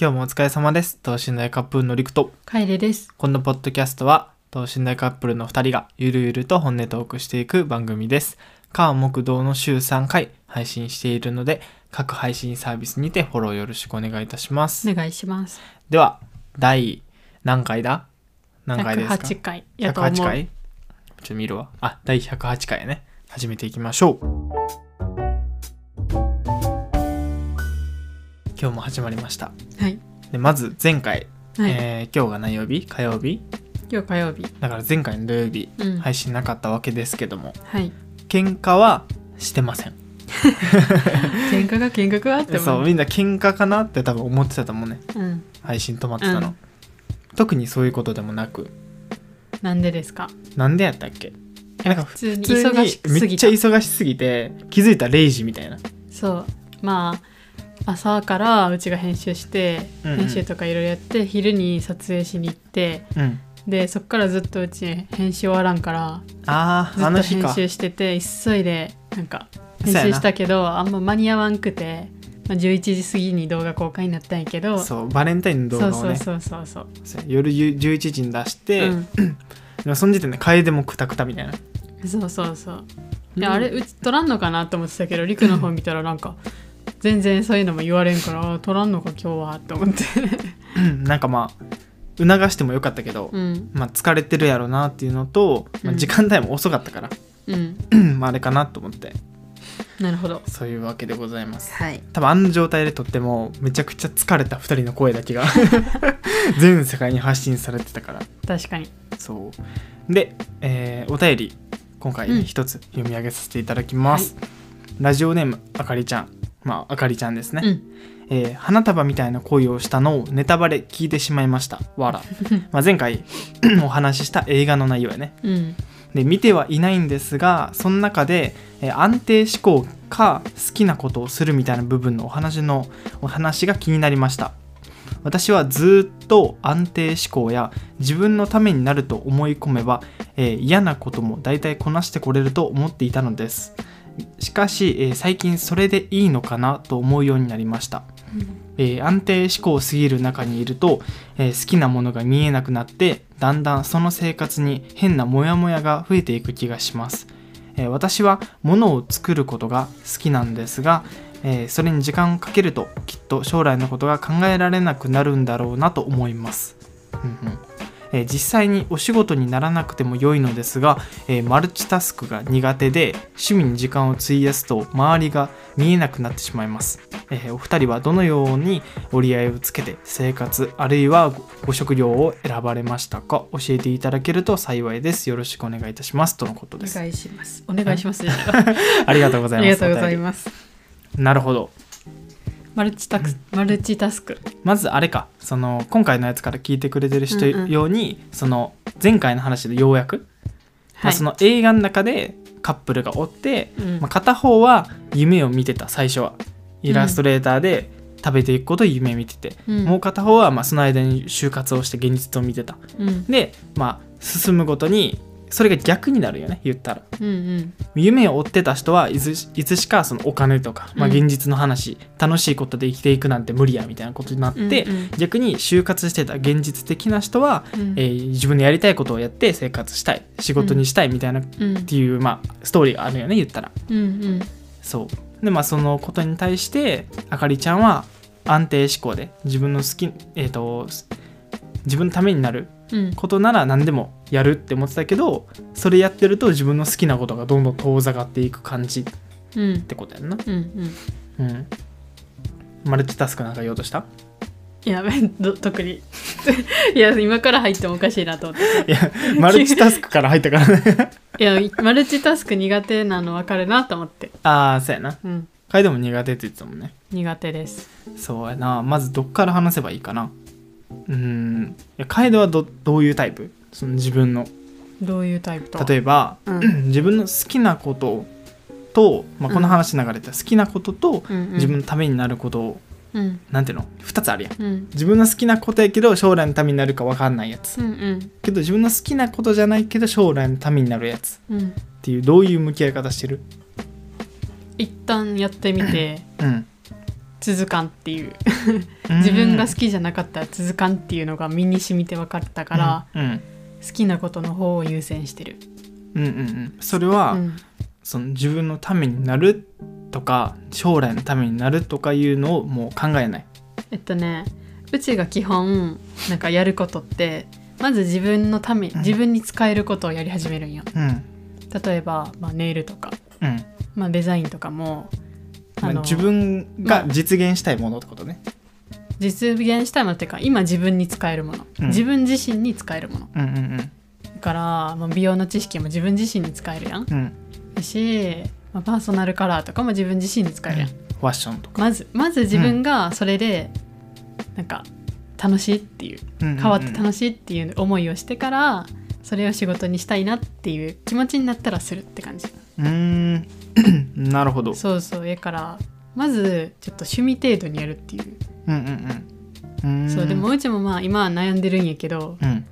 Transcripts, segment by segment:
今日もお疲れ様です等身大カップルのりくとカエレです。このポッドキャストは等身大カップルの2人がゆるゆると本音トークしていく番組です火木道の週3回配信しているので各配信サービスにてフォローよろしくお願いいたしますお願いします。では第何回だ何回ですか108回やと思う。 108回ちょっと見るわあ第108回やね始めていきましょう今日も始まりましたはい。でまず前回、はい。えー今日が何曜日火曜日今日火曜日。だから前回の土曜日うん。配信なかったわけですけどもはい。喧嘩はしてません喧嘩が喧嘩があっても。そうみんな喧嘩かなって多分思ってたと思うねうん。配信止まってたの、うん特にそういうことでもなくなんでですかなんでやったっけなんか普通に普通に忙しすめっぎちゃた。忙しすぎて気づいたら0時みたいなそう。まあ、朝からうちが編集して、うんうん編集とかいろいろやって、昼に撮影しに行って、うんで、そっからずっとうち編集終わらんから、あずああっのと日編か集してて、急いで、なんか、そう編やな集したけど、あんま間に合わんくて、まあ、11時過ぎに動画公開になったんやけど、そうバレンタインの動画をねそうそうそうそうそう夜11時に出して、そう、でもその時点で楓もクタクタみたいな うん、そうそうそううんであれうち取らんのかなと思ってた けどりくの方見たらなんか全然そういうのも言われんからあ取らんのか今日はと思ってうんなんかまあ促してもよかったけど、 うんまあ、疲れてるやろなっていうのと、まあ、うん時間帯も遅かったから、 うんまああれかなと思ってなるほどそういうわけでございますはい多分あの状態で撮ってもめちゃくちゃ疲れた2人の声だけ が全世界に発信されてたから確かにそうで、えーお便り今うん回一つ読み上げさせていただきます、ラジオネームあかりちゃんまああかりちゃんですね、うんえー花束みたいな恋をしたのをネタバレ聞いてしまいましたわ らまあ前回 お話しした映画の内容やねうんで見てはいないんですがその中で、えー安定志向か好きなことをするみたいな部分のお話のお話が気になりました私はずっと安定志向や自分のためになると思い込めば、えー嫌なことも大体こなしてこれると思っていたのですしかし、えー最近それでいいのかなと思うようになりましたえー安定志向すぎる中にいると、えー好きなものが見えなくなってだんだんその生活に変なモヤモヤが増えていく気がします、えー私は物を作ることが好きなんですが、えーそれに時間をかけるときっと将来のことが考えられなくなるんだろうなと思います、うんうんえー実際にお仕事にならなくても良いのですが、えーマルチタスクが苦手で趣味に時間を費やすと周りが見えなくなってしまいます、えーお二人はどのように折り合いをつけて生活あるいはごご食料を選ばれましたか教えていただけると幸いですよろしくお願いいたしますとのことおです願いしますお願いします ありがとうござあいますりがとうございまおす便りなるほどマルチタクスマルチタスクまずあれかその今回のやつから聞いてくれてる人うんうんように、その前回の話でようやく、まはあいその映画の中でカップルがおって、うんまあ、片方は夢を見てた最初はイラストレーターで食べていくことを夢見てて、うんもう片方はまあその間に就活をして現実を見てたうんで、まあ、進むごとにそれが逆になるよね言ったらうんうん夢を追ってた人はいついつしかそのお金とか、まあ、うん現実の話、楽しいことで生きていくなんて無理やみたいなことになって、うん逆に就活してた現実的な人は、うんえー自分のやりたいことをやって生活したい仕事にしたいみたいなっうんていう、まあ、ストーリーがあるよね言ったらうんうんそうでまあそのことに対してあかりちゃんは安定志向で自分の好きえっ、と自分のためになるうんことなら何でもやるって思ってたけどそれやってると自分の好きなことがどんどん遠ざかっていく感じっうんてことやんなうんうんうんマルチタスクなんか言おうと したいやど特に いや今から入ってもおかしいなと思っていやマルチタスクから入ったからねいやマルチタスク苦手なの分かるなと思ってああそうやなうん楓も苦手って言ってたもんね苦手ですそうやなまずどっから話せばいいかなうーんいや楓はどどういうタイプその自分のどういうタイプと例えばば、うん自分の好きなことと、まあ、この話流れた好きなこととうんうん、自分のためになることを、うんなんていうの2つあるやんうん自分の好きなことやけど将来のためになるか分かんないやつうんうんけど自分の好きなことじゃないけど将来のためになるやつうんっていうどういう向き合い方してる一旦やってみてうん続かんっていううん自分が好きじゃなかったら続かんっていうのが身に染みて分かったから、うん好きなことの方を優先してる、うんうんうんそれは、うんその自分のためになるとか将来のためになるとかいうのをもう考えないえっとねうちが基本なんかやることってまず自分のためうん自分に使えることをやり始めるんようん例えば、まあ、ネイルとか、うんまあ、デザインとかもまああの自分が実現したいものってことね、実現したいものっていうか今自分に使えるもの、うん自分自身に使えるものうんうんだから、まあ、美容の知識も自分自身に使えるやんうんうんだし、まあ、パーソナルカラーとかも自分自身に使えるやんファッションとか、まずまず自分がそれで、なんか楽しいっていううんうんうん変わって楽しいっていう思いをしてからそれを仕事にしたいなっていう気持ちになったらするって感じうーん なるほどそうそうだからまずちょっと趣味程度にやるっていう、うんうんうんうーんそうでもうちもまあ今は悩んでるんやけどうん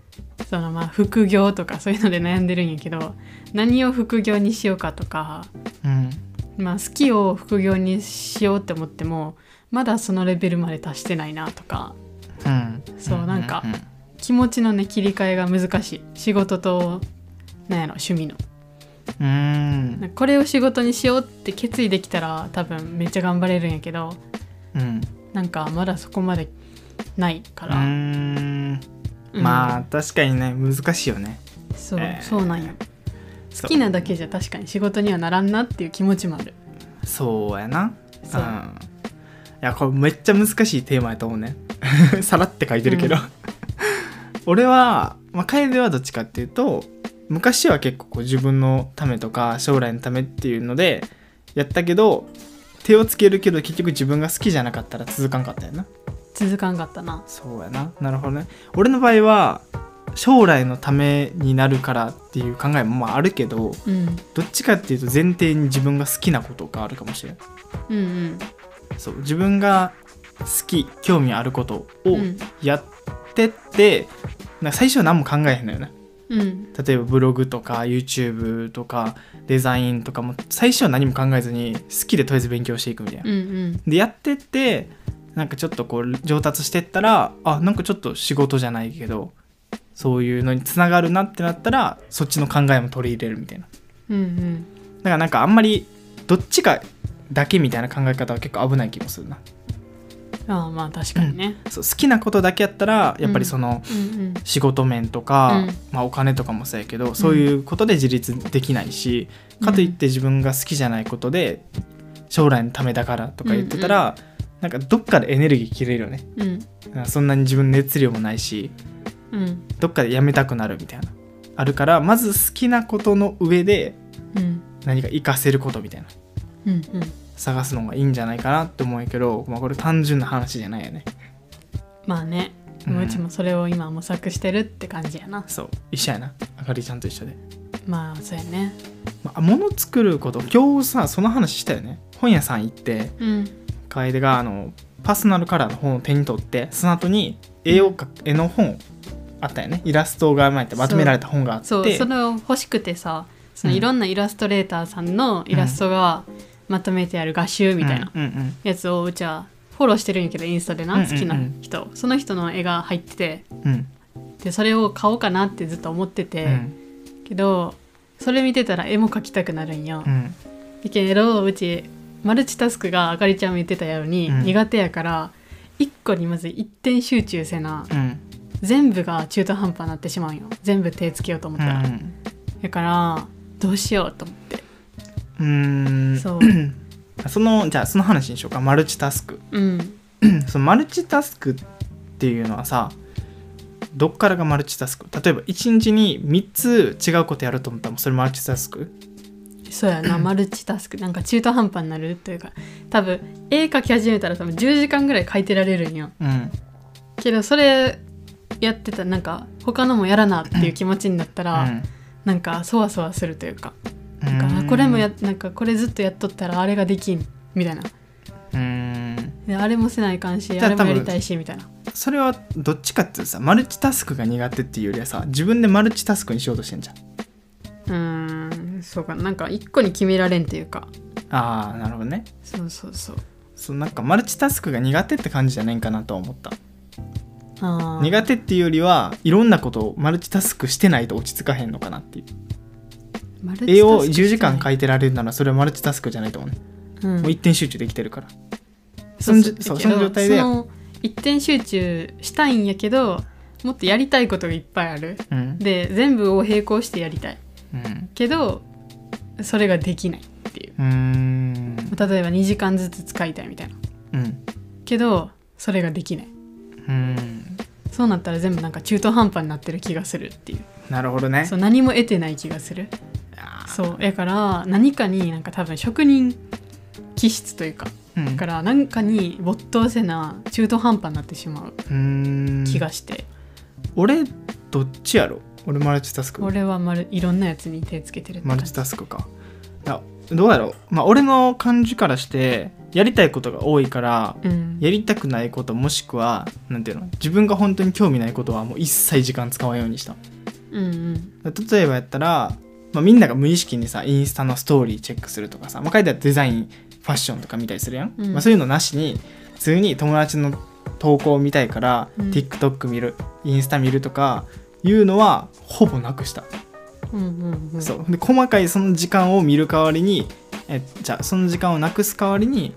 そのまあ副業とかそういうので悩んでるんやけど何を副業にしようかとか、うんまあ、好きを副業にしようって思ってもまだそのレベルまで達してないなとかうんそうなんかうん気持ちのね切り替えが難しい仕事となんやろ趣味のうんなんかこれを仕事にしようって決意できたら多分めっちゃ頑張れるんやけどうんうんなんかまだそこまでないかうら、ーんうんまあ確かにね難しいよねそう,、えーそうなんよ好好きなだけじゃ確かに仕事にはならんなっていう気持ちもあるそうやなそう、ん、いやこれめっちゃ難しいテーマやと思うね さらって書いてるけど、う俺は、まあ、楓はどっちかっていうと昔は結構こう自分のためとか将来のためっていうのでやったけど手をつけるけど結局自分が好きじゃなかったら続かんかったよな続かんかったなそうやななるほどね俺の場合は将来のためになるからっていう考えもまああるけどうんどっちかっていうと前提に自分が好きなことがあるかもしれないうんうんそう自分が好き興味あることをうんやってって、なんか最初は何も考えへんのよねうん例えばブログとか YouTube とかデザインとかも最初は何も考えずに好きでとりあえず勉強していくみたいな、うんうんでやってってなんかちょっとこう上達してったらあなんかちょっと仕事じゃないけどそういうのにつながるなってなったらそっちの考えも取り入れるみたいなうんうんだからなんかあんまりどっちかだけみたいな考え方は結構危ない気もするなああまあ確かにね、そう好きなことだけやったらやっぱりそのうん、うん仕事面とか、うんまあ、お金とかもそうやけどそういうことで自立できないし、うんかといって自分が好きじゃないことで将来のためだからとか言ってたら、なんかどっかでエネルギー切れるよねうんなんかそんなに自分の熱量もないしうんどっかでやめたくなるみたいなあるからまず好きなことの上でうん何か活かせることみたいなうんうん探すのがいいんじゃないかなって思うんやけど、まあ、これ単純な話じゃないよねまあねうんもううちもそれを今模索してるって感じやな、そう一緒やなあかりちゃんと一緒でまあそうやねまあ、物作ること今日さその話したよね本屋さん行ってうん楓があのパーソナルカラーの本を手に取ってその後に絵をか絵の本あったよねイラストがまってまとめられた本があってそうそれを欲しくてさそのうんいろんなイラストレーターさんのイラストがまとめてある画集みたいなうんうんやつをうちはフォローしてるんやけどインスタでなうんうんうん好きな人、その人の絵が入っててうんうんでそれを買おうかなってずっと思ってて、けどそれ見てたら絵も描きたくなるんよ、うんだけどうちマルチタスクがあかりちゃんも言ってたように、うん苦手やから一個にまず一点集中せなうん全部が中途半端になってしまうんよ全部手つけようと思っうたら、んだからどうしようと思ってうん そうそのじゃあその話にしようかマルチタスクうんそのマルチタスクっていうのはさどっからがマルチタスク例えば一日に3つ違うことやると思ったらそれマルチタスクそう やなマルチタスクなんか中途半端になるというか多分絵描き始めたら多分10時間ぐらい描いてられるんようんけどそれやってたらなんか他のもやらなっていう気持ちになったら、なんかそわそわするというかうなんんかあこれもやなんかこれずっとやっとったらあれができんみたいなうんであれもせないかんしじゃああれ多も分やりたいしみたいなそれはどっちかっていうとさマルチタスクが苦手っていうよりはさ自分でマルチタスクにしようとしてんじゃんうーんそうかなんか一個に決められんというかああなるほどねそうそうそうそうなんかマルチタスクが苦手って感じじゃないんかなとは思ったあー苦手っていうよりはいろんなことをマルチタスクしてないと落ち着かへんのかなっていうマルチタスク絵を10時間書いてられるならそれはマルチタスクじゃないと思うね、うんもう一点集中できてるからそんじうそうだそけどの状態でその一点集中したいんやけどもっとやりたいことがいっぱいあるうんで全部を並行してやりたいうんけどそれができないっていううーん例えば2時間ずつ使いたいみたいなうんけどそれができないうんそうなったら全部なんか中途半端になってる気がするっていうなるほどねそう何も得てない気がするあーそうやから何かになんか多分職人気質というかうんだから何かに没頭せな中途半端になってしまううーん気がして、俺どっちやろ俺マルチタスク俺はまるいろんなやつに手つけてるってマ感ルじチタスクかあどうやろうまあ俺の感じからしてやりたいことが多いからうんやりたくないこともしくはなんていうの自分が本当に興味ないことはもう一切時間使わんようにしたうん例えばやったら、まあ、みんなが無意識にさインスタのストーリーチェックするとかさ、まあ、書いてあるデザインファッションとか見たりするやん、うんまあ、そういうのなしに普通に友達の投稿を見たいから、うん TikTok 見るインスタ見るとかいうのはほぼなくした、うんうんうんうんそうで細かいその時間を見る代わりにえじゃあその時間をなくす代わりに、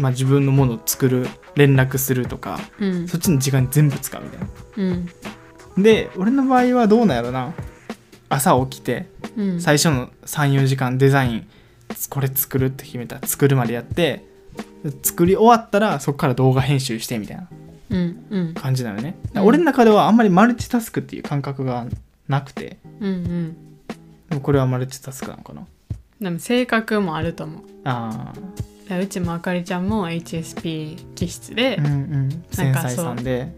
まあ、自分のものを作る連絡するとかうんそっちの時間全部使うみたいなうんで俺の場合はどうなんやろな朝起きてうん最初の34時間デザインこれ作るって決めたら作るまでやって作り終わったらそこから動画編集してみたいなうんうん感じなのね、うん俺の中ではあんまりマルチタスクっていう感覚がなくてうんうんでもこれはマルチタスクなのかなでも性格もあると思うあだからうちもあかりちゃんも HSP 気質で、ーうんうん繊細さんで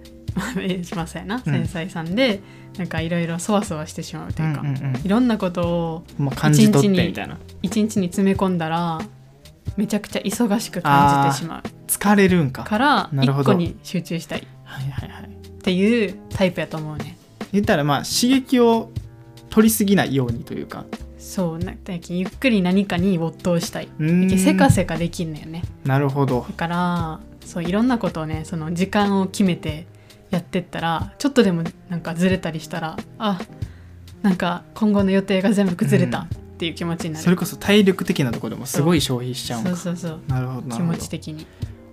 えしませんなうん繊細さんで、なんかいろいろそわそわしてしまうとういうんか、うんうんいろんなことをまあ感じ取って一日にみたいな一日に詰め込んだらめちゃくちゃ忙しく感じてしまう疲れるんかからなるほ一ど個に集中したいっはいはいはいていうタイプやと思うね言ったらまあ刺激を取りすぎないようにというかそうなんかゆっくり何かに没頭したいうーんせかせかできんのよねなるほどだからそういろんなことをねその時間を決めてやってったらちょっとでもなんかずれたりしたらあなんか今後の予定が全部崩れたっていう気持ちになる、それこそ体力的なところでもすごい消費しちゃうんそうかそうそうなるほどな気るほ持どち的に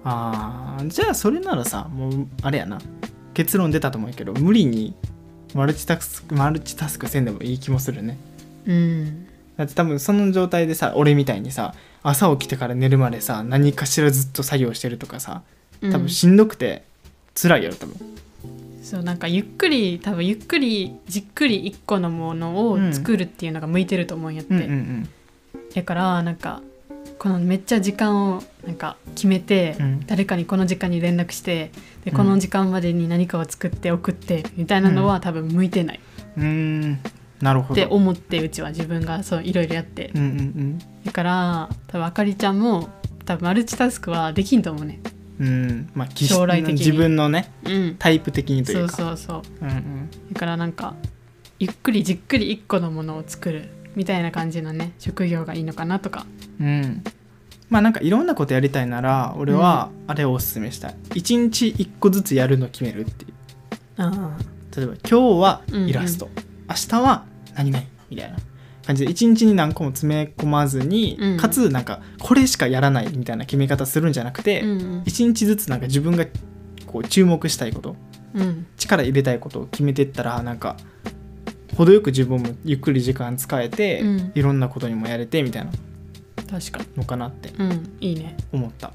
あーじゃあそれならさもうあれやな結論出たと思うけど無理にマルチタスクマルチタスクせんでもいい気もするねうんだって多分その状態でさ俺みたいにさ朝起きてから寝るまでさ何かしらずっと作業してるとかさ多分しんどくて辛いやろ多分、うんそうなんかゆっくり多分ゆっくりじっくり一個のものを作るっていうのが向いてると思うんやって、うん、うんうんだからなんかこのめっちゃ時間をなんか決めて、うん誰かにこの時間に連絡してでうんこの時間までに何かを作って送ってみたいなのは多分向いてないうんんなるほってど思ってうちは自分がそういろいろやってうんうんだから多分あかりちゃんも多分マルチタスクはできんと思うねうんうんまあ気質将来的に自分のねうんタイプ的にといそううかそうそううんうんだからなんかゆっくりじっくり一個のものを作るみたいな感じのね職業がいいのかなとかうん、まあなんかいろんなことやりたいなら俺はあれをおすすめしたい、一日一個ずつやるの決めるっていうあ例えば今日はイラスト、明日は何々みたいな感じで一日に何個も詰め込まずに、うんかつなんかこれしかやらないみたいな決め方するんじゃなくて、うん一日ずつなんか自分がこう注目したいことうん力入れたいことを決めてったらなんか程よく自分もゆっくり時間使えて、うんいろんなことにもやれてみたいな確かにのかなってうんいいね思ったい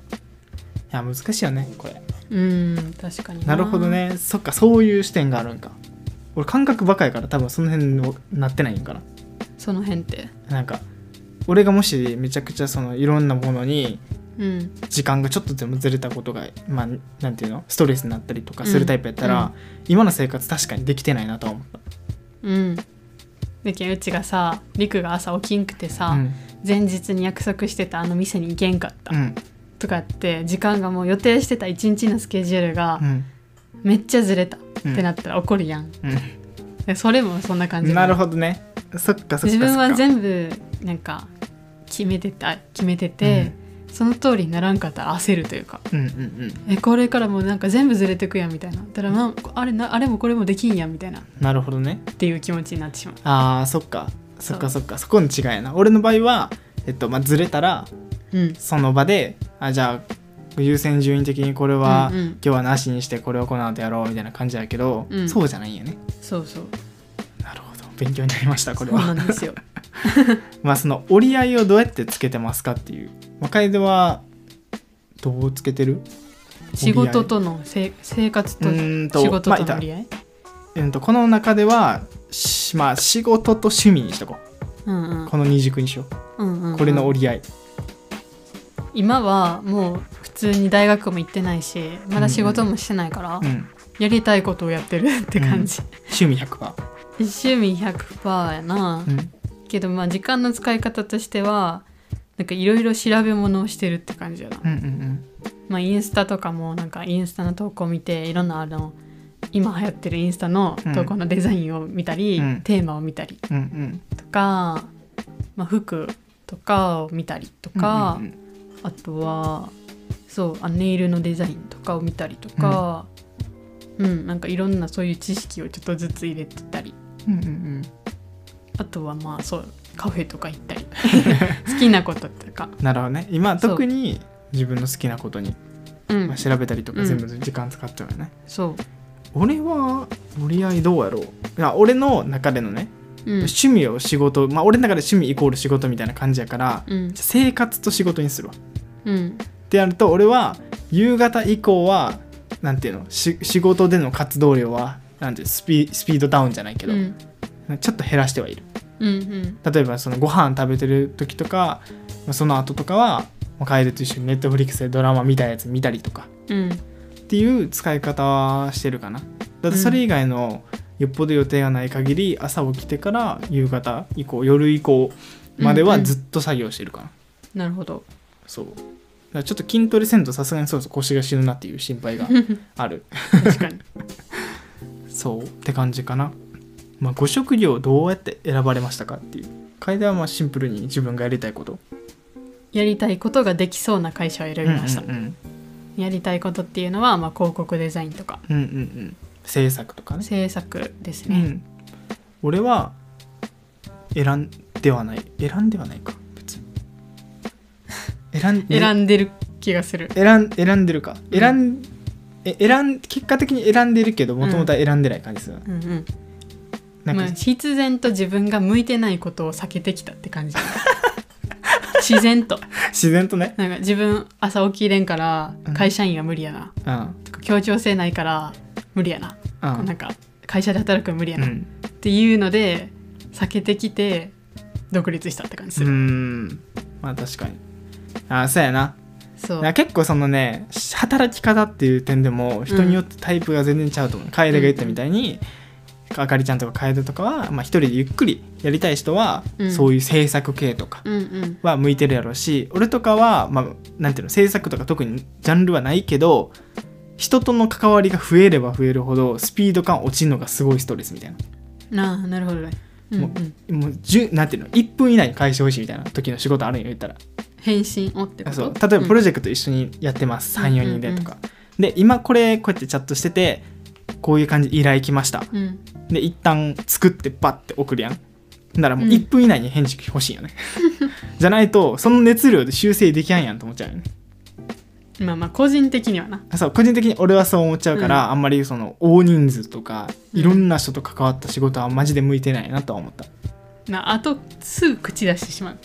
や難しいよねこれうん確かになるほどねそっかそういう視点があるんか俺感覚ばかやから多分その辺のなってないんかなその辺ってなんか俺がもしめちゃくちゃそのいろんなものにうん時間がちょっとでもずれたことがまあなんていうのストレスになったりとかするタイプやったら、今の生活確かにできてないなとは思ったうんでけんうちがさりくが朝起きんくてさ、うん前日に約束してたあの店に行けんかった、うんとかって時間がもう予定してた一日のスケジュールがうんめっちゃずれたっうんてなったら怒るやうん、んでそれもそんな感じなるほほどねそっかそっかそっか自分は全部なんか決めてた決めてて、その通りにならんかったら焦るというかうんうんえこれからもうなんか全部ずれてくやんみたいなたらなあれなあれもこれもできんやんみたいなっうんなるほどねていう気持ちになってしまうあーそっかそっかそっかそこの違いやな俺の場合はえっとまあずれたらうんその場であじゃあ優先順位的にこれは、うんうん今日はなしにしてこれはこの後やろうみたいな感じだけど、うんそうじゃないんやねそうそうなるほど勉強になりましたこれそうなはんですよ まあその折り合いをどうやってつけてますかっていう若いではどうつけてる仕事とのせ生活とうーんと仕事とまあいのた折り合い、うんとこの中ではしまあ仕事と趣味にしとこうんうんうこの二軸にしようんうんううんこれの折り合い、今はもう普通に大学も行ってないしまだ仕事もしてないから、うん、やりたいことをやってるって感じ、趣味100%、趣味100%やな、うん、けどまあ時間の使い方としてはなんかいろいろ調べ物をしてるって感じやな、うんうんまあ、インスタとかもなんかインスタの投稿を見ていろんなあの今流行ってるインスタの投稿のデザインを見たり、うんテーマを見たりうんうんうんとか、まあ、服とかを見たりとか、うんうんあとはそうあネイルのデザインとかを見たりとか、うんなんかいろんなそういう知識をちょっとずつ入れてたりうんうんうんあとはまあそうカフェとか行 ったり好きなこととか、なるほどね今そう特に自分の好きなことに、うんまあ、調べたりとうかん全部時間使っちゃうよね、そ俺は折り合いどうやろういや俺の中でのね、う、うん趣味を仕事まあ俺の中で趣味イコール仕事みたいな感じやから、うんじゃあ生活と仕事にするわうん、ってやると俺は夕方以降はなんていうのし仕事での活動量はなんていうスピスピードダウンじゃないけど、うんちょっと減らしてはいるうんうん例えばそのご飯食べてる時とかまあその後とかはまあカエルと一緒にネットフリックスでドラマ見たやつ見たりとかうんっていう使い方はしてるかなだってそれ以外のよっぽど予定がない限り朝起きてから夕方以降夜以降まではずっと作業してるかな、なる ほどそうだからちょっと筋トレせんとさすがにそうそう腰が死ぬなっていう心配がある確かにそうって感じかなまあご職業どうやって選ばれましたかっていう楓はまあシンプルに自分がやりたいことやりたいことができそうな会社を選びました、うんうんやりたいことっていうのは、まあ、広告デザインとかうん、うんうんうん制作とかね制作ですうね、ん、俺は選んではない選んではないか別 に選ん選んでる気がする選ん選んでるか、うん選んえ選ん結果的に選んでるけどもともとは選んでない感じする、うんうんなんか、まあ、必然と自分が向いてないことを避けてきたって感じ 自然と 自然とねなんか自分朝起きれんからうん会社員は無理やな、うんとか協調性ないから無理やな、うなんんか会社で働くの無理やうな、っんていうので避けてきて独立したって感じすうる、んまあ確かにあそうやなそうなんか結構そのね働き方っていう点でも人によってタイプが全然ちゃうと思う、楓が言ったみたいに、あかりちゃんとか楓とかは、まあ、一人でゆっくりやりたい人は、うんそういう制作系とかうんうんは向いてるやろうし俺とかは、まあ、なんていうの制作とか特にジャンルはないけど人との関わりが増えれば増えるほどスピード感落ちるのがすごいストレスみたいななあなるほどね、うんう、もうんもうじゅなんていうの1分以内に返してほしいみたいな時の仕事あるんよ言ったら返信をってことそう例えばプロジジェクト一緒にやってます、うん34人でとか、で今これこうやってチャットしててこういう感じで依頼来ましたェクトで一旦作ってバッて送るやんならもううん1分以内に返事欲し いよね、じゃないとその熱量で修正できないやんと思っちゃうよねうんまあまあ個人的にはなそう個人的に俺はそう思っちゃうから、あんまりその大人数とかうんいろんな人と関わった仕事はマジで向いてないなとは思った、なあとすぐ口出してしまう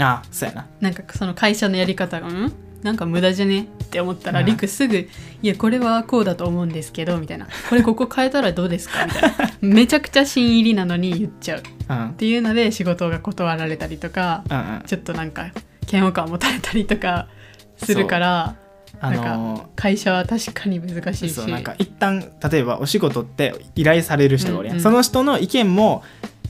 ああそうやななんかその会社のやり方が「んなんか無駄じゃね?」って思ったらうんリクすぐ「いやこれはこうだと思うんですけど」みたいな「これここ変えたらどうですか?」みたい なめちゃくちゃ新入りなのに言っちゃうっうんていうので仕事が断られたりとかうんうんちょっとなんか嫌悪感を持たれたりとかするからあのー会社は確かに難しいしそうなんか一旦例えばお仕事って依頼される人がおるやん、うんうんその人の意見も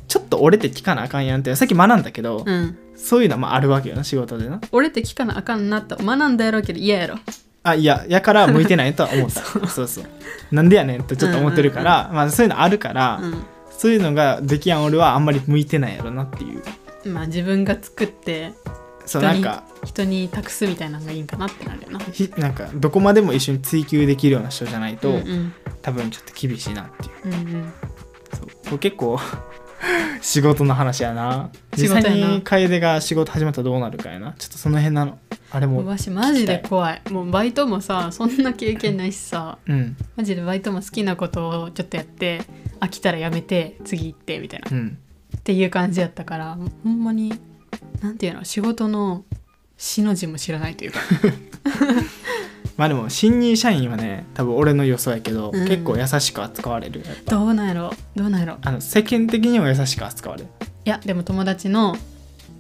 ちょっと俺って聞かなあかんやんってさっき学んだけど、うん、そういうのはまああるわけよな仕事でな俺って聞かなあかんなと学んだやろうけど嫌やろあいややから向いてないとは思った そうそうなんでやねんってちょっと思ってるから、まあ、そういうのあるから、うそういうのができやん俺はあんまり向いてないやろなっていうんまあ自分が作ってそう人なにんか人に託すみたいなのがいいんかなってなるよなひなんかどこまでも一緒に追求できるような人じゃないと、うんうん多分ちょっと厳しいなっていううんうんそうこれ結構 仕事の話やな仕実事やな際に楓が仕事始まったらどうなるかやなちょっとその辺なのあれもわしマジで怖いもうバイトもさそんな経験ないしさうんマジでバイトも好きなことをちょっとやって飽きたらやめて次行ってみたいなうんっていう感じやったからもうほんまになんていうの仕事の「し」の字も知らないというかまあでも新入社員はね多分俺の予想やけど、うん結構優しく扱われるやっぱどうなんやろどうなんやろあの世間的にも優しく扱われるいやでも友達の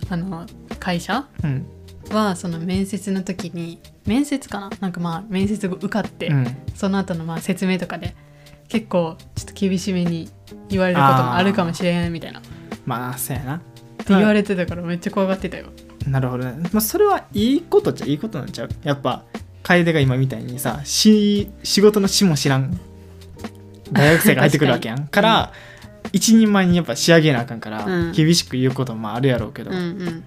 あの会社うんはその面接の時に面接かななんかまあ面接後受かって、うんその後のまあ説明とかで結構ちょっと厳しめに言われることもあるかもしれないみたいなってまあそうやな言われてたからめっちゃ怖がってたよ。なるほどね、まあ、それはいいことっちゃいいことなんちゃうやっぱ楓が今みたいにさし仕事の死も知らん大学生が入ってくるわけやん 確かかにら、一人前にやっぱ仕上げなあかんから、うん厳しく言うこともあるやろうけど、うんうん。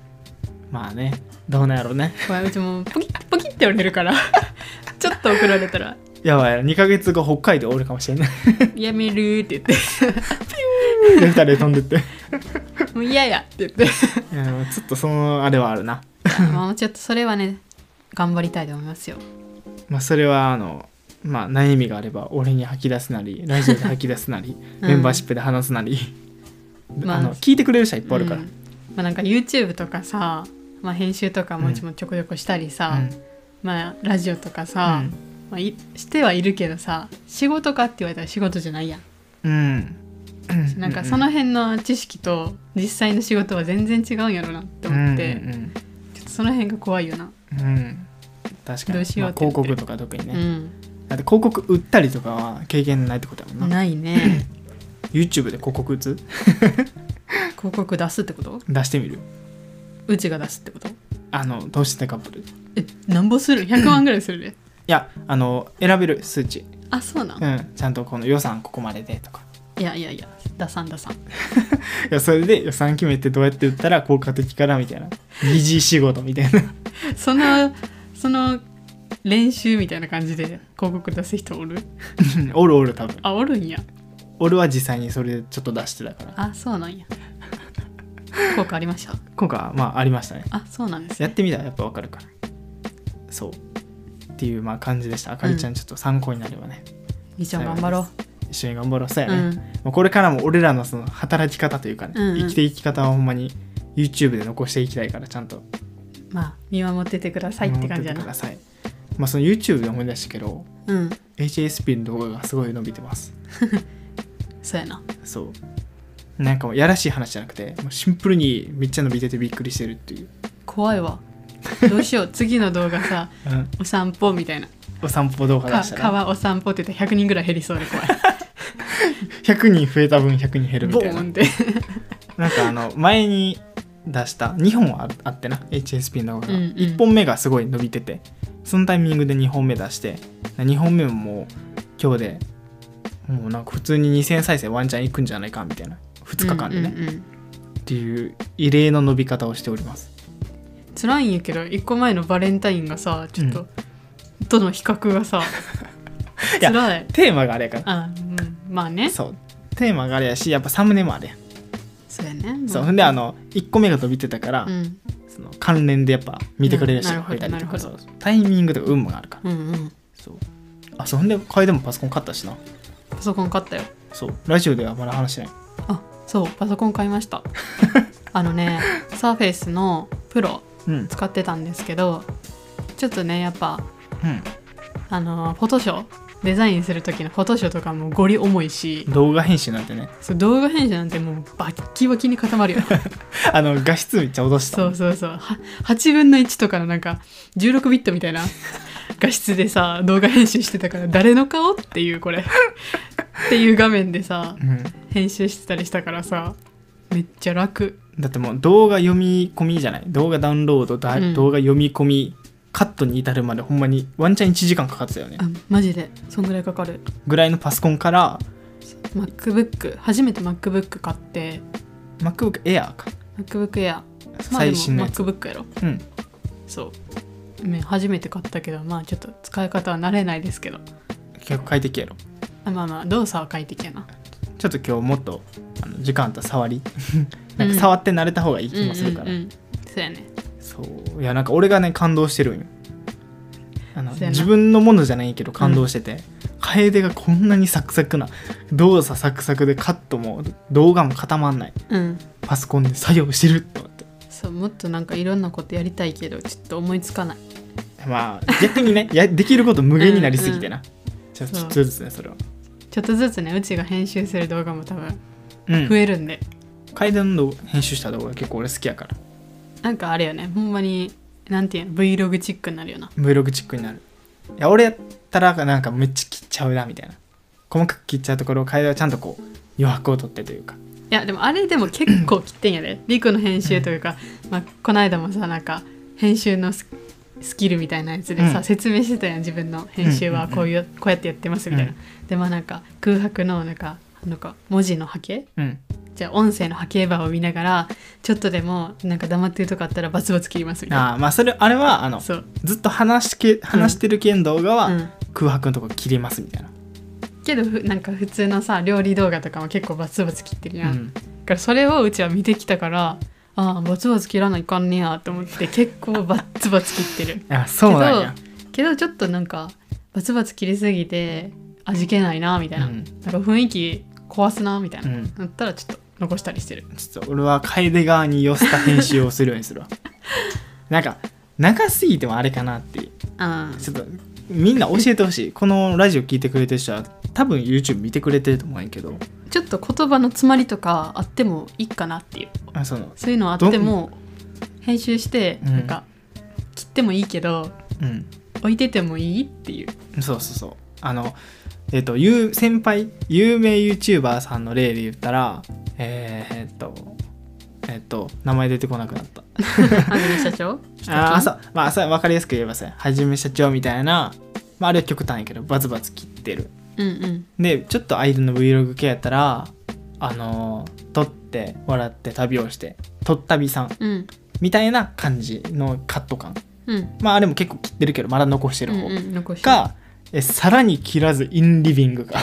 まあねどうなんやろうね怖いうちもポキッポキッて折れるから ちょっと送られたらやばい2ヶ月後北海道おるかもしれない 「やめる」って言ってで二人で飛んでって 「もう嫌や」って言ってうんちょっとそのあれはあるなまあちょっとそれはね頑張りたいと思いますよ。まあそれはあのまあ悩みがあれば俺に吐き出すなりラジオで吐き出すな り、メンバーシップで話すなり、まああの聞いてくれる人はいっぱいあるから、うんまあ、なんか YouTube とかさ、まあ、編集とかもうちもちょこちょこしたりさ、うんまあ、ラジオとかさ、うんまあ、いしてはいるけどさ仕事かって言われたら仕事じゃないやんうん、なんかその辺の知識と実際の仕事は全然違うんやろなって思って、うんうんちょっとその辺が怖いよな、うんうん確かにどうしよまうっあて言っ広て告とか特にね、うんだって広告売ったりとかは経験ないってことやもんなないね YouTube で広告打つ広告出すってこと出してみるうちが出すってことあの投資でカップルいえなんぼする100万ぐらいするでやあの選べる数値、 あそうなん、うん、ちゃんとこの予算ここまででとかいやいやいや出さん出さんいやそれで予算決めてどうやって売ったら効果的かなみたいな疑似仕事みたいな そのその練習みたいな感じで広告出す人おるうんおるおる多分あおるんや俺は実際にそれでちょっと出してたからあそうなんや 効果ありました効果はまあありましたねあそうなんですやっねてみたらやっぱわかるからそうっていうまあ感じでしたあかりちゃんちょっと参考になればね、みーちゃん頑張ろ一緒に頑張ろうそうう、やね、もうこれからも俺らのその働き方というかね、うんうん生きていき方はほんまに YouTube で残していきたいからちゃんとうんまあ見守っててくださいって感じ守っててやくだなさいまあその YouTube で思い出したけどうん HSP の動画がすごい伸びてますそうやなそうなんかもうやらしい話じゃなくてもうシンプルにめっちゃ伸びててびっくりしてるっていう、怖いわどうし よう次の動画さうん、お散歩みたいなお散歩動画か出したら川お散歩って言ったら100人ぐらい減りそうで怖い100人増えた分100人減るみボたいなーンってなんかあの前に出した2本ああってな HSP の動画が、うんうん1本目がすごい伸びててそのタイミングで2本目出して2本目ももう今日でもうなんか普通に2000再生ワンチャンいくんじゃないかみたいな2日間でね、うんうんうんっていう異例の伸び方をしております辛いんやけど1個前のバレンタインがさちょっと、との比較がさ いや辛いテーマがあれやからあ、うん、まあねそそうテーマがあれやしやっぱサムネもあれや、うやねそうまほんであの1個目が伸びてたから、うん、その関連でやっぱ見てくれる人なが増えたりとなるほかどなそうタイミングとか運もあるから、うんうんそうあそうほんで楓もパソコン買ったしなパソコン買ったよそうラジオではまだ話してないあそうパソコン買いました あのねサーフェイスのプロうんうん使ってたんですけどちょっとねやっぱあのフォトショーデザインする時のフォトショーとかもゴリ重いし動画編集なんてね そう動画編集なんてもうバッキバキに固まるよあの画質めっちゃ落としたそうそうそうは8分の1とかのなんか16ビットみたいな画質でさ動画編集してたから誰の顔っていうこれっていう画面でさうん、編集してたりしたからさめっちゃ楽だってもう動画読み込みじゃない動画ダウンロードだ、うん動画読み込みカットに至るまでほんまにワンチャン1時間かかってたよねあマジでそんぐらいかかるぐらいのパソコンから MacBook 初めて MacBook 買って MacBook Air か MacBook Air まあ最でも新のやつ、 MacBook やろうんそう、ね、初めて買ったけどまあちょっと使い方は慣れないですけど結構快適やろあまあまあ動作は快適やなちょっと今日もっとあの時間あったら 触りなんか触って慣れた方がいい気もするから、うんうんうん、そうやねそういやなんか俺がね感動してるんよあのそうやな自分のものじゃないけど感動してて、楓がこんなにサクサクな動作サクサクでカットも動画も固まんないうんパソコンで作業してると思ってそうもっとなんかいろんなことやりたいけどちょっと思いつかないまあ逆にね やできること無限になりすぎてな、ちょそうちょっとずつねそれはちょっとずつねうちが編集する動画も多分うん増えるんで、楓の編集した動画結構俺好きやからなんかあれよねほんまになんていうの Vlog チックになるよな Vlog チックになるいや俺やったらなんかめっちゃ切っちゃうなみたいな細かく切っちゃうところを楓はちゃんとこう余白を取ってというかいやでもあれでも結構切ってんやでリクの編集というか、まあ、この間もさなんか編集のススキルみたいなやつでさ、うん説明してたやん自分の編集はこういう、こうやってやってますみたいな、でまあなんか空白のなんかなんか文字の波形うんじゃあ音声の波形場を見ながらちょっとでもなんか黙ってるとこあったらバツバツ切りますみたいなああまあそれあれはあのそう、ずっと話しけ話してる剣動画うはん、空白のとこ切りますみたいな、けどふなんか普通のさ料理動画とかも結構バツバツ切ってるやん、うんだからそれをうちは見てきたからああバツバツ切らないかんねやと思って結構バッツバツ切ってるあ そうなんやけどちょっとなんかバツバツ切りすぎて味気ないなみたいな,、うんなんか雰囲気壊すなみたいな、うんなったらちょっと残したりしてるちょっと俺は楓側に寄せた編集をするようにす るわなんか長すぎてもあれかなっていうあちょっとみんな教えてほしいこのラジオ聞いてくれてる人は多分 YouTube 見てくれてると思うんやけどちょっと言葉の詰まりとかあってもいいかなっていうあそのそういうのあっても編集してうんなんか切ってもいいけどうん置いててもいいって いうそうそうそうあのえっ、と有先輩有名 YouTuber さんの例で言ったらえーっとえっと名前出てこなくなったはじめ社長 あーそうまあそう分かりやすく言えばさはじめ社長みたいな、まあ、あれは極端やけどバツバツ切ってるうんうんでちょっと間の Vlog 系やったらあのー撮って笑って旅をして撮ったびさんうんみたいな感じのカット感うんまああれも結構切ってるけどまだ残してる方、うんうん残してかえさらに切らずインリビングか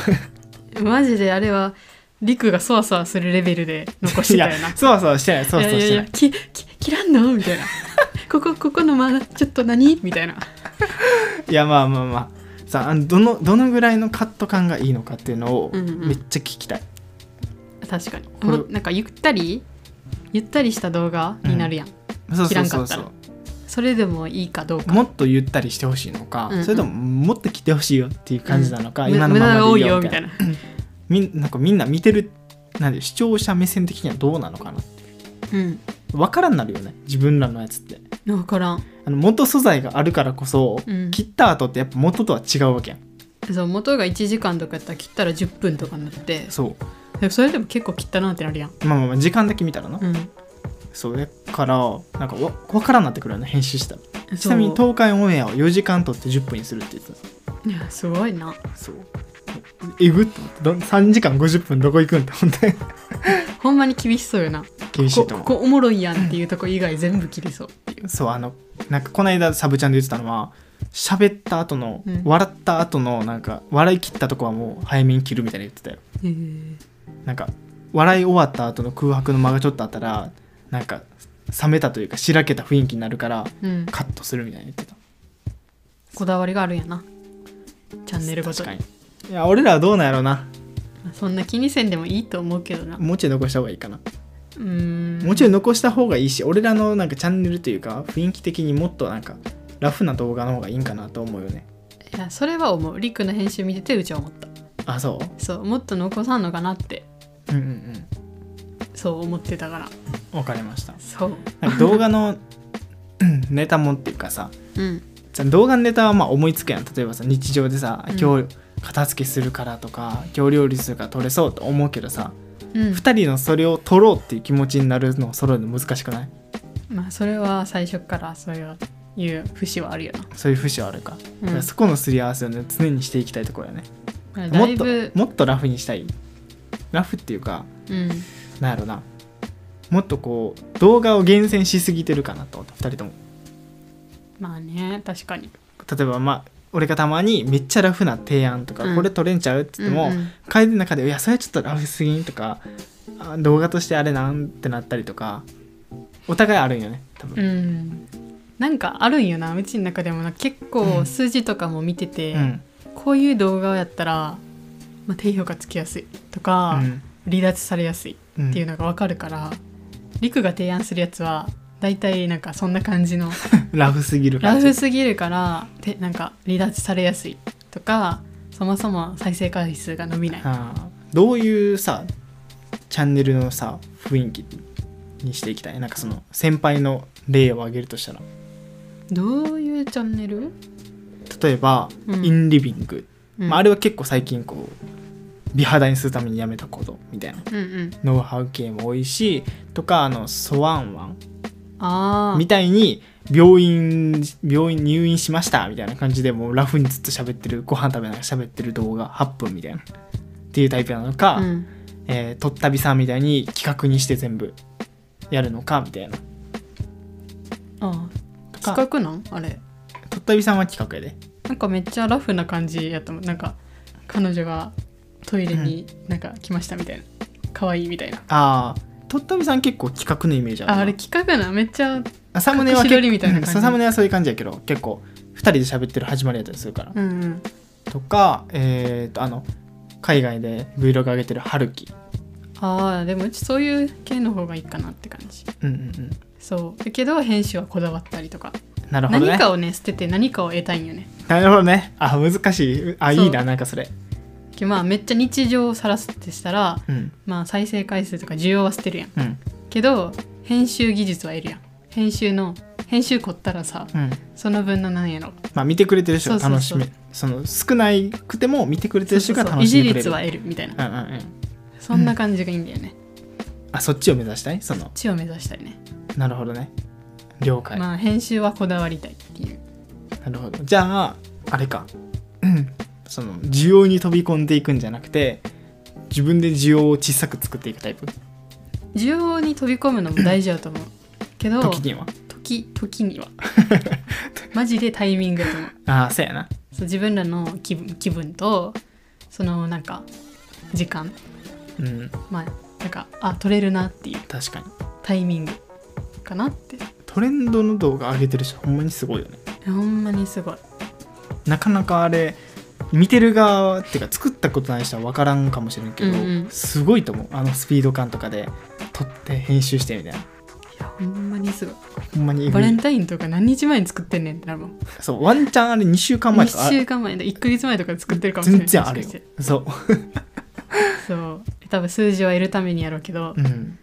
マジであれはリクがそわそわするレベルで残 してたよなそうはそうはしてないそうはそうはしてないやきき切らんのみたいな ここここの間ちょっと何みたいないやまあまあまあさああのどのどのぐらいのカット感がいいのかっていうのをうんうんめっちゃ聞きたい、確かにれもうなんかゆったりゆったりした動画になるやん、そうそ切らうんそかうったそらうそれでもいいかどうかもっとゆったりしてほしいのか、うんうんそれとももっと来てほしいよっていう感じなのか、うん今のままで無駄が多いいいよよみみたたいいななみんなんかみんな見てるなんで視聴者目線的にはどうなのかなうん分からんなるよね自分らのやつって分からんあの元素材があるからこそ、うん切った後ってやっぱ元とは違うわけやんそう元が1時間とかやったら切ったら10分とかになってそでそれでも結構切ったなってなるやん、うまあまあまあ時間だけ見たらな、うん、そうだからなんかわ分からんなってくるよね編集したらそうちなみに東海オンエアを4時間撮って10分にするって言っていやすごいなたそうえぐっと思ってど3時間50分どこ行くんって本当 にほんまに厳しそうよな厳しいこと思うここおもろいやんっていうとこ以外全部切りそうそうあのなんかこの間サブちゃんで言ってたのは喋った後の、うん笑った後のなんか笑い切ったとこはもう早めに切るみたいな言ってたよへーなんか笑い終わった後の空白の間がちょっとあったらなんか冷めたというかしらけた雰囲気になるからうんカットするみたいな言ってたこだわりがあるんやなチャンネルごと確にかにいや俺らはどうなんやろうなまあそんな気にせんでもいいと思うけどなうもうちょい残した方がいいかな、ーんもうちょい残した方がいいし俺らのなんかチャンネルというか雰囲気的にもっとなんかラフな動画の方がいいんかなと思うよねいやそれは思うりくの編集見ててうちは思ったあそそうもっと残さんのかなってううんうんそう思ってたからうんわかりましたそうなんか動画のうんネタもっていうかさうんじゃあ動画のネタはまあ思いつくやん例えばさ日常でさうん今日片付けするからとか今日料理するから取れそうと思うけどさ、うん2人のそれを取ろうっていう気持ちになるのを揃えるの難しくないまあそれは最初からそういう節はあるよなそういう節はあるか,、うんそこのすり合わせをね常にしていきたいところやねまあだもっいとぶもっとラフにしたいラフっていうかうんなんやろなもっとこう動画を厳選しすぎてるかなと思って2人ともまあね確かに例えばまあ俺がたまにめっちゃラフな提案とか、うんこれ取れんちゃうって言っても、うんうん楓の中で「いやそれちょっとラフすぎん」とかあ動画としてあれなんってなったりとかお互いあるんよね多う分、ん、なんかあるんよなうちの中でもな結構数字とかも見てて、うんこういう動画やったら、まあ、低評価つきやすいとか、離脱されやすいうんっていうのが分かるから、りくが提案するやつは大体なんかそんな感じのラフすぎるラ感じフすぎるからてなんか離脱されやすいとかそもそも再生回数が伸びない。ああどういうさチャンネルのさ雰囲気にしていきたいなんかその先輩の例を挙げるとしたらどういうチャンネル、例えば、うんインリビング、うんまあ、あれは結構最近こう美肌にするためにやめたことみたいなうんうん、ノウハウ系も多いしとかあのソワンワンあみたいに病院病院入院しましたみたいな感じでもうラフにずっと喋ってるご飯食べながら喋ってる動画8分みたいなっていうタイプなのあ、か、うん、えー、とったびさんみたいに企画にして全部やるのかみたいなあとか企画なんあれとったびさんは企画やでなんかめっちゃラフな感じやったもんなんか彼女がトイレになんか来ましたみたいな可愛いみたいなああとったびさん結構企画のイメージあるなああれ企画なめっちゃあサムネは隠し撮りみたいな感じうんそうサムネはそういう感じやけど結構2人で喋ってる始まりやったりするから、うんうんとかえっ、とあの海外で Vlog 上げてる春樹ああでもうちそういう系の方がいいかなって感じうんうんうんそうだけど編集はこだわったりとか、なるほどね何かをね捨てて何かを得たいんよねなるほどねあ難しいうあそういいななんかそれまあめっちゃ日常を晒すってしたらうんまあ再生回数とか需要は捨てるやんうんけど編集技術は得るやん編集の編集凝ったらさうんその分のなんやろまあ見てくれてる人が楽しめそうその少ないくても見てくれてる人がそうそ楽うそう維しん持でくれる率は得るみたいなうんうんうんそんな感じがいいんだよね。あそっちを目指したいその地を目指したいね。なるほどね了解、まあ編集はこだわりたいっていう。なるほどじゃああれかうんその需要に飛び込んでいくんじゃなくて自分で需要を小さく作っていくタイプ需要に飛び込むのも大事だと思う。けど時には時 時にはマジでタイミングだと思う。ああそうやなそう自分らの気分気分とそのなんか時間うんまあなんかあ撮れるなっていう確かにタイミングかなって。いトレンドの動画上げてる人ほんまにすごいよねやほんまにすごい。なかなかあれ見てる側っていうか作ったことない人は分からんかもしれんけど、うんうんすごいと思うあのスピード感とかで撮って編集してみたいないやほんまにすごほんまにい。えバぐレいンタインとか何日前に作ってんねんってなるもん。そうワンチャンあれ2週間前とか1週間前で1ヶ月前とかで作ってるかもしれな全い。然あるもよしかしてそう、そう多分数字は得るためにやろうけど、ういん、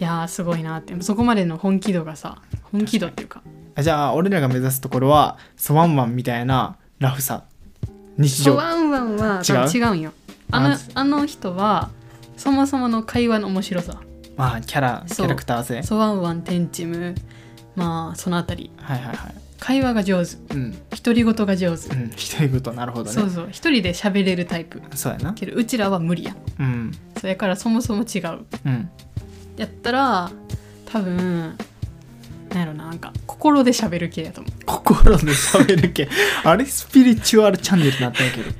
やーすごいなってそこまでの本気度がさ本気度っていうかあじゃあ俺らが目指すところはソワンマンみたいなラフさ日そう常ワンワンは違う多分違うんよあのああの人はそもそもの会話の面白さまあキャラキそうャラクター性ソワンワンテンチムまあそのあたりはいはいはい会話が上手うん独り言が上手、うん一人ごとなるほどねそそううそう一人で喋れるタイプやなけどうちらは無理やんうんそれからそもそも違ううんやったら多分なんやろななんか心で喋る系やと思う心で喋るけあれスピリチュアルチャンネルになったんやけど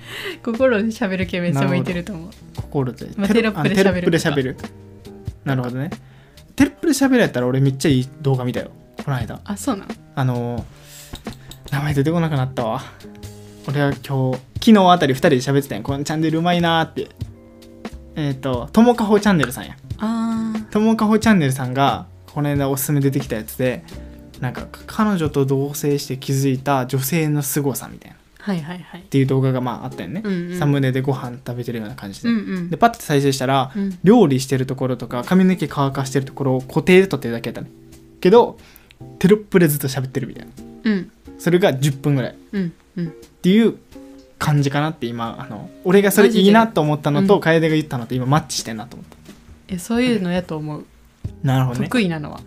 心で喋る系めっちゃ向いてると思う心で、まあテロップであテロップで喋喋るなるほどねテロップで喋るやったら俺めっちゃいい動画見たよこの間あそうなのあのー名前出てこなくなったわ俺は今日昨日あたり2人で喋ってたんやこのチャンネルうまいなーってえっ、とともかほチャンネルさんやあーともかほチャンネルさんがこの間おすすめ出てきたやつでなんか彼女と同棲して気づいた女性の凄さみたいなっはいはいはい。ていう動画がまああったよね、うんうんサムネでご飯食べてるような感じで、うんうんで。パッて再生したら、うん料理してるところとか髪の毛乾かしてるところを固定で撮ってるだけだねけどテロップでずっと喋ってるみたいなうんそれが10分ぐらいっうんうん。ていう感じかなって今あの俺がそれいいなと思ったのマジでうとん楓が言ったのと今マッチしてんなと思ったえそういうのやと思う。なるほどね得意なのは、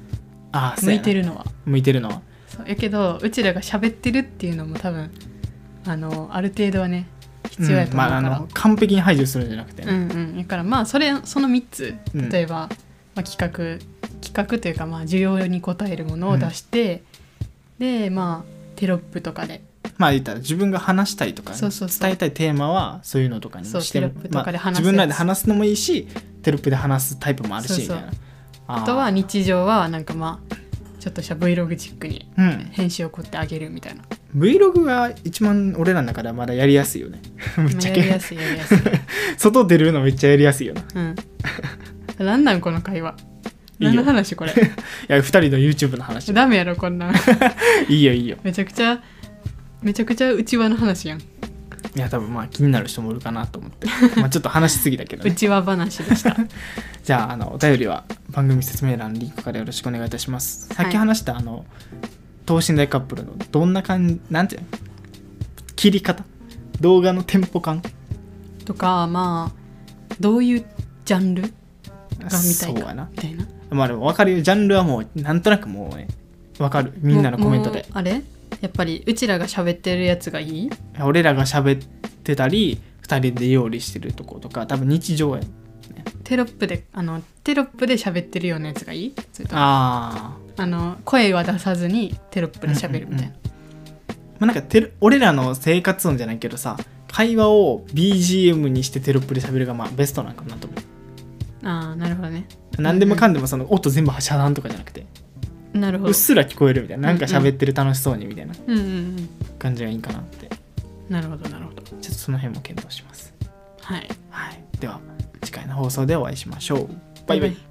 ああ向いてるるのは。向いてるのはそうやけどうちらが喋ってるっていうのも多分あのある程度はね必要やとうん思まうかあら。あの完璧に排除するんじゃなくてうねんうん。だからまあそれその三つうん例えば、まあ企画企企画というか、まあ、需要に応えるものを出して、でまあテロップとかでまあ言ったら自分が話したいとかそうそうそう伝えたいテーマはそういうのとかにそうしてテロップとかで話すやつまあ、自分らで話すのもいいしテロップで話すタイプもあるしそうそうみたいなあーあとは日常はなんかまあちょっとした Vlog チックにうん、編集を凝ってあげるみたいな Vlog が一番俺らの中ではまだやりやすいよ ねめっまあちゃやけりやすいやり やすい外出るのめっちゃやりやすいよなうん何なんこの会話いいよ何の 話これいや2人の YouTube の 話ダメやろこんなんいいよいいよめちゃくちゃめちゃくちゃ内輪の話やんいや多分まあ気になる人もいるかなと思ってまあちょっと話しすぎだけど、ね、内輪話でしたじゃああのお便りは番組説明欄のリンクからよろしくお願いいたしますさはいっき話した、あの等身大カップルのどんな感じなんていうの切り方動画のテンポ感とかまあどういうジャンルが見たそいうかやなみたいなまあでも分かるよジャンルはもうなんとなくもうね分かるみんなのコメントもでうもうあれやっぱりうちらが喋ってるやつがいい俺らが喋ってたり2人で料理してるとことか多分日常やテロップであのテロップで喋ってるようなやつがいいそれともあーあの声は出さずにテロップで喋るみたいな、まあなんかテロ俺らの生活音じゃないけどさ会話を BGM にしてテロップで喋るがまあベストなんかなと思ああなるほどねう何でもかんでもその音全部遮断とかじゃなくてなるほうどっすら聞こえるみたいななんか喋ってる楽しそうにみたいなうんうんうん感じがいいかなってちょなるほどなるほどっとその辺も検討します、はいはい、では次回の放送でお会いしましょうバイバイ